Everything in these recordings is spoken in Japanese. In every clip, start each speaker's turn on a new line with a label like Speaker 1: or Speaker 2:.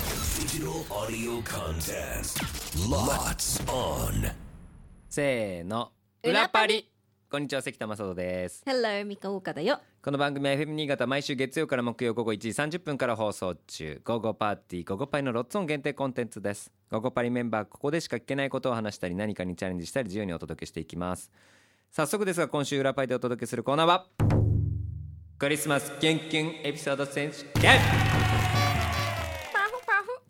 Speaker 1: Digital audio contest. Lots on.
Speaker 2: せーの裏
Speaker 3: 裏
Speaker 2: パ
Speaker 3: パ
Speaker 2: リこんにちは関田正人です
Speaker 3: Hello, ミカオカだよ。
Speaker 2: この番組は FM 新潟毎週月曜から木曜午後1時30分から放送中午後パーティー午後パリのロッツオン限定コンテンツです午後パリメンバーここでしか聞けないことを話したり何かにチャレンジしたり自由にお届けしていきます早速ですが今週裏パリでお届けするコーナーはクリスマスキュンキュンエピソード選手権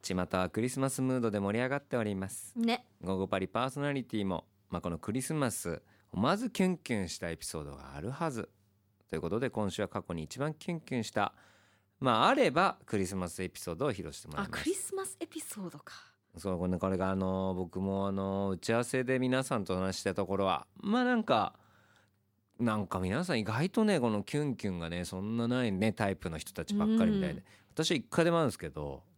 Speaker 2: 巷はクリスマスムードで盛り上がっております
Speaker 3: ね。
Speaker 2: 午後パリパーソナリティも、まあ、このクリスマスまずキュンキュンしたエピソードがあるはずということで今週は過去に一番キュンキュンしたまああればクリスマスエピソードを披露してもら
Speaker 3: あ、
Speaker 2: いま
Speaker 3: ク
Speaker 2: す
Speaker 3: リスマスエピソードか。
Speaker 2: そうこれこれがあの僕もあの打ち合わせで皆さんと話したところはまあなんかなんか皆さん意外とねこのキュンキュンがねそんなないねタイプの人たちばっかりみたいで私は一回でもあるんですけど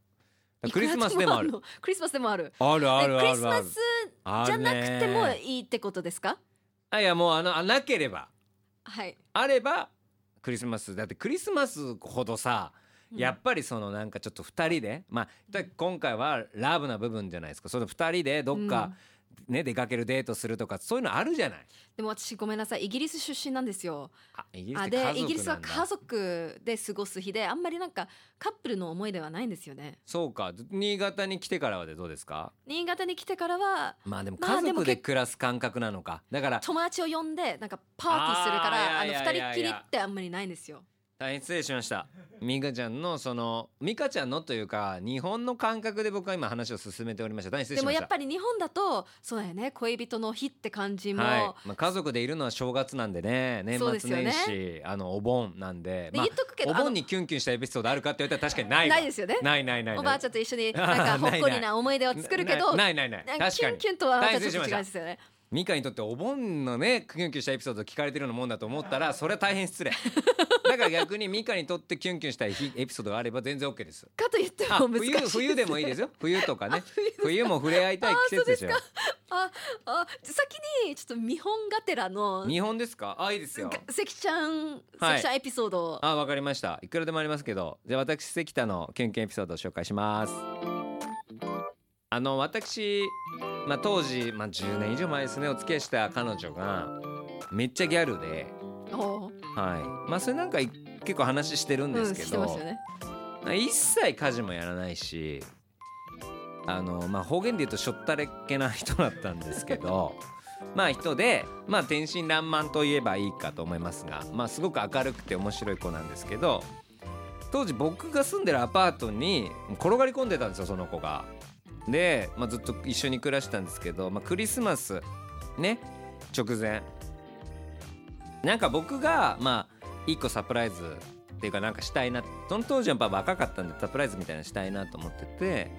Speaker 2: クリスマスでもあ
Speaker 3: い
Speaker 2: る
Speaker 3: くらの。クリスマスでもある。
Speaker 2: あるあるあるある
Speaker 3: えクリスマス
Speaker 2: あ
Speaker 3: じゃ
Speaker 2: るね
Speaker 3: なくてもいいってことですか
Speaker 2: あいやもうあのあなければ
Speaker 3: はい。
Speaker 2: あればクリスマスだってクリスマスほどさ
Speaker 3: うん
Speaker 2: やっぱりそのなんかちょっと2人でまあだ今回はラブな部分じゃないですかその2人でどっか、ね出かけるデートするとかそういうのあるじゃない。
Speaker 3: でも私ごめんなさいイギリス出身なんですよ。
Speaker 2: あイギリス
Speaker 3: あ
Speaker 2: って家族なん
Speaker 3: で
Speaker 2: だ
Speaker 3: イギリスは家族で過ごす日であんまりなんかカップルの思い出はないんですよね。
Speaker 2: そうか新潟に来てからはでどうですか
Speaker 3: 新潟に来てからは
Speaker 2: まあでも
Speaker 3: ま
Speaker 2: 家
Speaker 3: あでも
Speaker 2: 族で
Speaker 3: 結
Speaker 2: 暮らす感覚なのかだから
Speaker 3: 友達を呼んでなんかパーティーするから
Speaker 2: あ
Speaker 3: あ
Speaker 2: ーい
Speaker 3: の
Speaker 2: やいやいや
Speaker 3: 二人っきりってあんまりないんですよ。
Speaker 2: 大変失礼しました美香ちゃんのその美香ちゃんのというか日本の感覚で僕は今話を進めておりました大変失礼
Speaker 3: で
Speaker 2: しま
Speaker 3: も
Speaker 2: した
Speaker 3: やっぱり日本だとそうだよね恋人の日って感じも、
Speaker 2: はい、まあ、家族でいるのは正月なんでね年
Speaker 3: そうです
Speaker 2: 末
Speaker 3: よね
Speaker 2: 年始、あのお盆なんで
Speaker 3: で
Speaker 2: まあ
Speaker 3: 言っとくけど
Speaker 2: お
Speaker 3: あの
Speaker 2: 盆にキュンキュンしたエピソードあるかって言ったら確かにないわ
Speaker 3: ない ですよね
Speaker 2: ないないないない
Speaker 3: おばあちゃんと一緒 になん
Speaker 2: あー
Speaker 3: かほ
Speaker 2: ない
Speaker 3: っこりな思い出を作るけど
Speaker 2: ないないないない
Speaker 3: なんか
Speaker 2: 確
Speaker 3: キ
Speaker 2: か
Speaker 3: ュ
Speaker 2: に
Speaker 3: ンキュンとはま
Speaker 2: 大
Speaker 3: た
Speaker 2: 変
Speaker 3: ちょっと違う
Speaker 2: 失礼
Speaker 3: んで
Speaker 2: します
Speaker 3: よね
Speaker 2: た美香にとってお盆のねキュンキュンしたエピソード聞かれてるようなもんだと思った らそれは大変失礼だから逆に美香にとってキュンキュンしたい日エピソードがあれば全然 OK です
Speaker 3: かといって
Speaker 2: あ
Speaker 3: も難しい
Speaker 2: 冬冬でもいいですよ冬と かね冬も触れ合いたい季節ですよ
Speaker 3: ああ先にちょっと見本がてらの
Speaker 2: 日本ですかあいいですよ
Speaker 3: が関ちゃん
Speaker 2: はい
Speaker 3: 関ちゃんエピソードを
Speaker 2: あ、わかりました。いくらでもありますけど、じゃあ私関田のキュンキュンエピソードを紹介します。あの私、まあ当時、まあ10年以上前ですね、お付き合いした彼女がめっちゃギャルで、
Speaker 3: おう
Speaker 2: はい。まあそれなんかい結構話してるん
Speaker 3: う
Speaker 2: で
Speaker 3: ん
Speaker 2: すけ
Speaker 3: して
Speaker 2: ど、
Speaker 3: ましたよね
Speaker 2: 一切家事もやらないし、あのまあ方言で言うとしょったれっけな人だったんですけど。 まあ人で、まあ、天真爛漫といえばいいかと思いますが、まあ、すごく明るくて面白い子なんですけど当時僕が住んでるアパートに転がり込んでたんですよその子が。で、まあ、ずっと一緒に暮らしてたんですけど、まあ、クリスマスね直前なんか僕がまあ一個サプライズっていうかなんかしたいなその当時はやっぱ若かったんでサプライズみたいなのしたいなと思ってて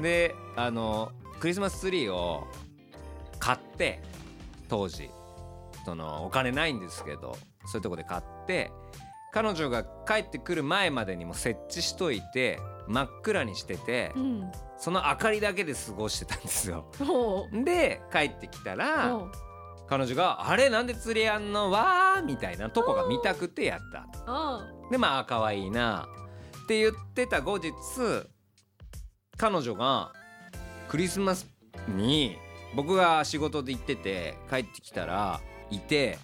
Speaker 2: であのクリスマスツリーを買って当時そのお金ないんですけどそういうとこで買って彼女が帰ってくる前までにもう設置しといて真っ暗にしてて
Speaker 3: うん
Speaker 2: その明かりだけで過ごしてたんですよ。
Speaker 3: おう
Speaker 2: で帰ってきたら
Speaker 3: おう
Speaker 2: 彼女が「あれなんで釣りやんのわー」みたいなとこが見たくてやった
Speaker 3: お
Speaker 2: でまああ可愛いなって言ってた後日彼女がクリスマスに僕が仕事で行ってて帰ってきたらいて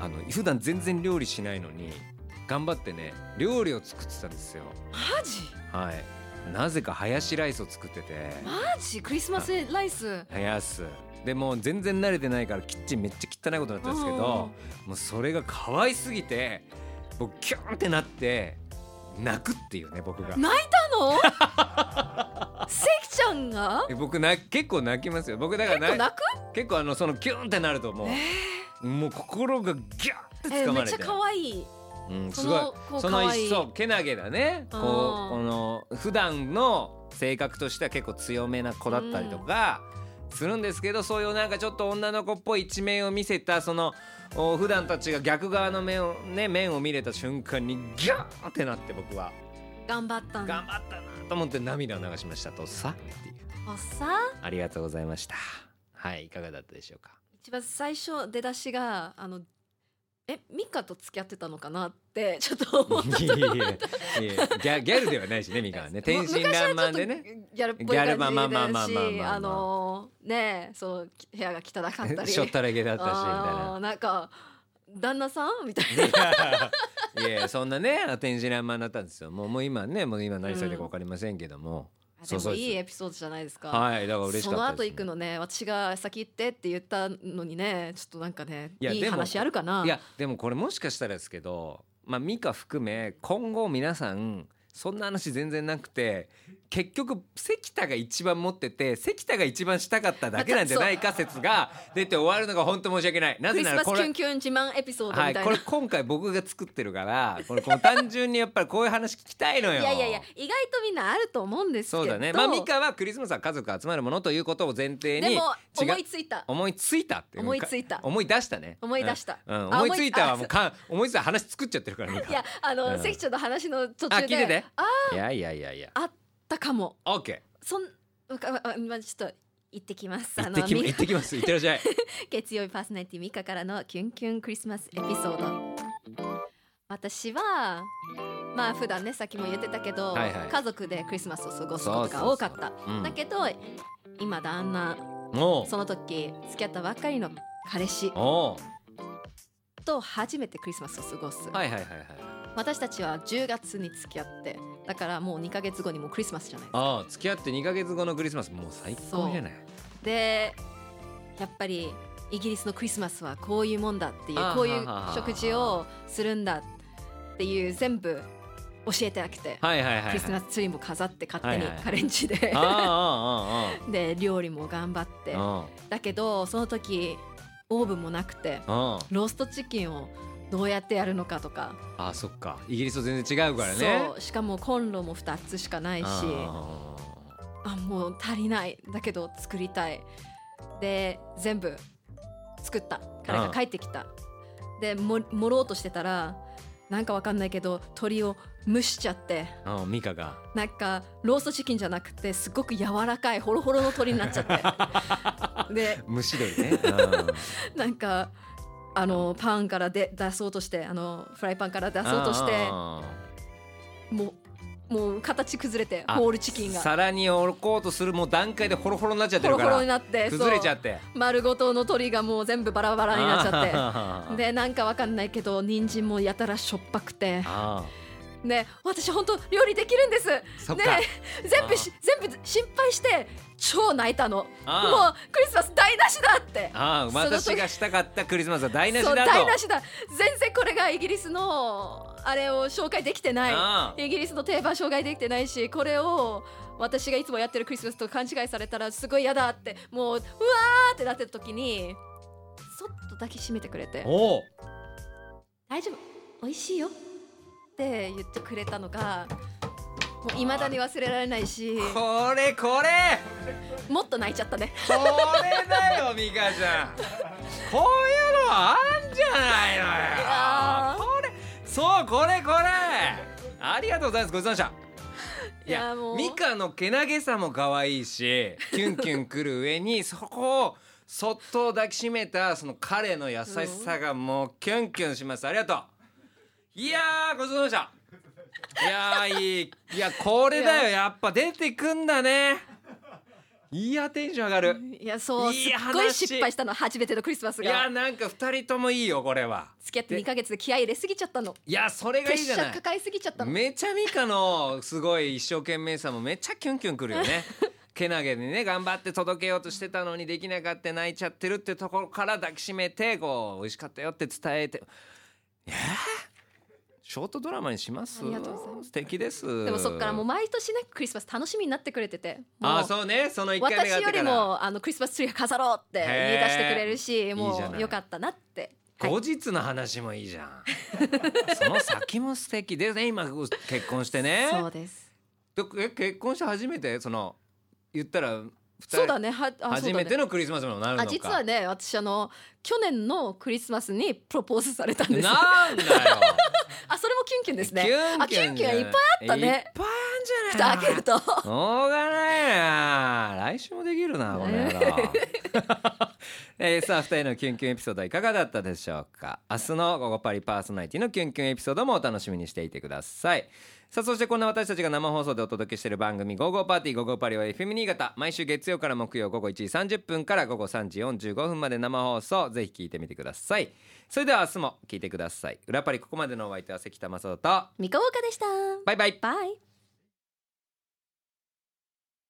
Speaker 2: あの普段全然料理しないのに頑張ってね料理を作ってたんですよ
Speaker 3: マジ
Speaker 2: はいなぜかハヤシライスを作ってて
Speaker 3: マジクリスマスラ イス
Speaker 2: 生やすでもう全然慣れてないからキッチンめっちゃ汚いことになったんですけどもうそれが可愛すぎて僕キュンってなって泣くっていうね僕が
Speaker 3: 泣いたの 関ちゃんが
Speaker 2: え僕な結構泣きますよ僕だから
Speaker 3: 結構
Speaker 2: な
Speaker 3: 泣く
Speaker 2: 結構あのそのキュンってなるともう、もう心がギュンって
Speaker 3: え
Speaker 2: 掴
Speaker 3: め
Speaker 2: ま
Speaker 3: っ
Speaker 2: れ
Speaker 3: ちゃ
Speaker 2: て、
Speaker 3: 可愛い
Speaker 2: うん、す
Speaker 3: そ
Speaker 2: ごい
Speaker 3: の子
Speaker 2: そ
Speaker 3: 可
Speaker 2: の
Speaker 3: 愛
Speaker 2: 一
Speaker 3: い
Speaker 2: 層けなげだねこう
Speaker 3: うん
Speaker 2: この普段の性格としては結構強めな子だったりとかするんですけど、そういうなんかちょっと女の子っぽい一面を見せたそのお普段たちが逆側の面をね面を見れた瞬間にギャーってなって僕は
Speaker 3: 頑張ったん
Speaker 2: 頑
Speaker 3: だ
Speaker 2: 張ったなと思って涙を流しましたとさっていう
Speaker 3: おっさ
Speaker 2: ありがとうございましたはいいかがだったで しょうか
Speaker 3: 一番最初出だしがあのえミカと付き合ってたのかなっって ちょっと思っ
Speaker 2: いえいえいえギャギャルではないしねみかんは ね天真爛漫でね
Speaker 3: 昔はちょっとギャルっぽい
Speaker 2: ギャルまあまあまあま
Speaker 3: 感
Speaker 2: あ
Speaker 3: じ
Speaker 2: まあ
Speaker 3: だしあのねえそう部屋が汚かったり
Speaker 2: しょったらけだったしみ
Speaker 3: あーなんか旦那さんみたいな
Speaker 2: たい ないやいやそんなね天真爛漫だったんですよもうもう今ねもう今何されてるか分かりませんけども、そ
Speaker 3: で
Speaker 2: うそ
Speaker 3: も
Speaker 2: うです
Speaker 3: いいエピソードじゃないですか、
Speaker 2: はいだから嬉しか
Speaker 3: そ
Speaker 2: った
Speaker 3: の後
Speaker 2: です
Speaker 3: 行くのね私が先行ってって言ったのにねちょっとなんかね
Speaker 2: いや
Speaker 3: いい
Speaker 2: でも
Speaker 3: 話あるかない
Speaker 2: やでもこれもしかしたらですけどまあ美香含め今後皆さんそんな話全然なくて結局関田が一番持ってて関田が一番したかっただけなんじゃないか説が出て終わるのが本当申し訳ないな
Speaker 3: ク
Speaker 2: ぜ
Speaker 3: リ
Speaker 2: な
Speaker 3: ス
Speaker 2: ら
Speaker 3: マス
Speaker 2: こ
Speaker 3: キュン
Speaker 2: れ
Speaker 3: キュン自慢エピソードみた
Speaker 2: はいい
Speaker 3: な、
Speaker 2: これ今回僕が作ってるからこれこの単純にやっぱりこういう話聞きたいのよ
Speaker 3: いやいやいや意外とみんなあると思うんですけど
Speaker 2: そうだねまあ美香はクリスマスは家族が集まるものということを前提に
Speaker 3: でも
Speaker 2: 違う
Speaker 3: 思いついた
Speaker 2: 思いついたっていう
Speaker 3: 思いついた
Speaker 2: 思い出したね
Speaker 3: 思い出した
Speaker 2: うんうん
Speaker 3: あ
Speaker 2: 思いついたは
Speaker 3: 思
Speaker 2: も
Speaker 3: いう
Speaker 2: か思いついた話作っちゃってるからみんない
Speaker 3: やあの、
Speaker 2: うん
Speaker 3: 関ちゃんの話の途
Speaker 2: あ聞
Speaker 3: 中
Speaker 2: いて
Speaker 3: で
Speaker 2: て
Speaker 3: あ
Speaker 2: いやいやいやいや
Speaker 3: あったかも
Speaker 2: オッケ
Speaker 3: そんうかあまあちょっと行ってきます
Speaker 2: ー
Speaker 3: あ
Speaker 2: 行って
Speaker 3: の
Speaker 2: き
Speaker 3: み
Speaker 2: 行ってきます行ってらっ しゃい
Speaker 3: 月曜日パーソナリティミカからのキュンキュンクリスマスエピソード私はまあ普段ねさっきも言ってたけど、
Speaker 2: はいはい
Speaker 3: 家族でクリスマスを過ごすことが多かった
Speaker 2: そうそうそううん
Speaker 3: だけど今旦那
Speaker 2: も
Speaker 3: その時付き合ったばっかりの彼氏
Speaker 2: うお
Speaker 3: と初めてクリスマスを過ごす、
Speaker 2: うはいはいはいはい
Speaker 3: 私たちは10月に付き合ってだからもう2ヶ月後にもうクリスマスじゃないで
Speaker 2: ああ付き合って2ヶ月後のクリスマスもう最高じゃない
Speaker 3: すかでやっぱりイギリスのクリスマスはこういうもんだっていう
Speaker 2: あー
Speaker 3: こういう
Speaker 2: ははは
Speaker 3: 食事をするんだっていう全部教えてあげて、
Speaker 2: はいはいはいはい
Speaker 3: クリスマスツリーも飾って勝手に
Speaker 2: はいはい
Speaker 3: カレンジで、
Speaker 2: あああああ
Speaker 3: で料理も頑張 って
Speaker 2: あ
Speaker 3: だけどその時オーブンもなくて
Speaker 2: あ
Speaker 3: ローストチキンをどうやってやるのかとか
Speaker 2: ああそっかイギリスと全然違うからね
Speaker 3: そうしかもコンロも2つしかないし
Speaker 2: あ
Speaker 3: あもう足りないだけど作りたいで全部作った彼が帰ってきたでも盛ろうとしてたらなんかわかんないけど鶏を蒸しちゃって
Speaker 2: あああミカが
Speaker 3: なんかローストチキンじゃなくてすごく柔らかいホロホロの鶏になっちゃっ てで
Speaker 2: 蒸し 鶏ねうん
Speaker 3: なんかあのパンからで出そうとしてあのフライパンから出そうとして
Speaker 2: ああ
Speaker 3: もうもう形崩れて
Speaker 2: あ
Speaker 3: ホールチキンが
Speaker 2: 皿に置こうとするもう段階でホロホロになっちゃって
Speaker 3: ホ
Speaker 2: るか
Speaker 3: ロホロに
Speaker 2: ら
Speaker 3: なってそう
Speaker 2: 崩れちゃって
Speaker 3: 丸ごとの鳥がもう全部バラバラになっちゃ
Speaker 2: ゃ
Speaker 3: ってでなんかわかんないけど人参もやたらしょっぱくて
Speaker 2: ああ
Speaker 3: ね私本当料理できるんですね
Speaker 2: そっか
Speaker 3: 全部し全部心配して超泣いたのもう
Speaker 2: あ
Speaker 3: クリスマス台無しだって
Speaker 2: ああ
Speaker 3: その時
Speaker 2: 私がしたかったクリスマスは台無し
Speaker 3: そう
Speaker 2: だと
Speaker 3: 台無しだ全然これがイギリスのあれを紹介できてない
Speaker 2: あ
Speaker 3: イギリスの定番紹介できてないしこれを私がいつもやってるクリスマスと勘違いされたらすごい嫌だってもううわーってなってる時にそっと抱きしめてくれて
Speaker 2: あおう
Speaker 3: 大丈夫美味しいよって言ってくれたのがもう未だに忘れられないし
Speaker 2: これこれ
Speaker 3: もっと泣いちゃったね
Speaker 2: これだよミカちゃんこういうのあんじゃない
Speaker 3: いやー
Speaker 2: のよこれそうこれこれありがとうございますごちそうさまでしたい
Speaker 3: い
Speaker 2: や
Speaker 3: やもう
Speaker 2: ミカのけなげさも可愛いしキュンキュンくる上にそこをそっと抱きしめたその彼の優しさがもうキュンキュンしますありがとういやーごちそうさまでしたいやーいいいやこれだよやっぱ出てくんだねいやテンション上がる
Speaker 3: いやそう
Speaker 2: い
Speaker 3: す
Speaker 2: い
Speaker 3: っ
Speaker 2: 話
Speaker 3: ごい失敗したの初めてのクリスマス
Speaker 2: いや
Speaker 3: が
Speaker 2: なんか二人ともいいよこれは
Speaker 3: 付き合って
Speaker 2: で
Speaker 3: 2ヶ月で気合い入れすぎちゃったの
Speaker 2: いやそれ
Speaker 3: プ
Speaker 2: が
Speaker 3: レ
Speaker 2: いい
Speaker 3: ッ
Speaker 2: じ
Speaker 3: シ
Speaker 2: ゃ
Speaker 3: ャ
Speaker 2: な
Speaker 3: ー
Speaker 2: い
Speaker 3: 抱えすぎちゃったの
Speaker 2: めちゃミカのすごい一生懸命さもめっちゃキュンキュンくるよ ねけなげにね頑張って届けようとしてたのにできなかった泣いちゃってるってところから抱きしめてこう美味しかったよって伝えてえーショートドラマにします
Speaker 3: ありがとうございます
Speaker 2: 素敵です
Speaker 3: でもそっからもう毎年ねクリスマス楽しみになってくれてても
Speaker 2: あ
Speaker 3: う
Speaker 2: ーそうねその一回目
Speaker 3: 私
Speaker 2: があって
Speaker 3: よ
Speaker 2: か
Speaker 3: り
Speaker 2: ら
Speaker 3: もあのクリスマスツリー飾ろうって言い出してくれるし
Speaker 2: ーいい
Speaker 3: も
Speaker 2: じゃないう
Speaker 3: よかったなってはい
Speaker 2: 後日の話もいいじゃんその先も素敵でね今結婚してね
Speaker 3: そうです
Speaker 2: でえ結婚して初めてその言ったら二人
Speaker 3: そうだねはあそう
Speaker 2: 初
Speaker 3: だ
Speaker 2: め
Speaker 3: ね
Speaker 2: てのクリスマスにもなるのか
Speaker 3: あ実はね私あの去年のクリスマスにプロポーズされたんですあ
Speaker 2: なんだよ
Speaker 3: それもキュンキュン ですね
Speaker 2: キュンキュン
Speaker 3: あキュンキュンはいっぱいあった
Speaker 2: いっ
Speaker 3: ね
Speaker 2: ぱいあんじゃ
Speaker 3: 蓋
Speaker 2: ない
Speaker 3: 開け ると
Speaker 2: しょうがないな来週もできるなこの野郎 えーさあ2人のキュンキュンエピソードはいかがだったでしょうか明日の「午後パリ」パーソナリティのキュンキュンエピソードもお楽しみにしていてくださいさあそしてこんな私たちが生放送でお届けしている番組「午後パーティー午後パリ」は FM 新潟毎週月曜から木曜午後1時30分から午後3時45分まで生放送ぜひ聞いてみてくださいそれでは明日も聞いてください裏パリここまでのお相手は関田正人と
Speaker 3: 三河岡でした
Speaker 2: バイバイ
Speaker 3: バイ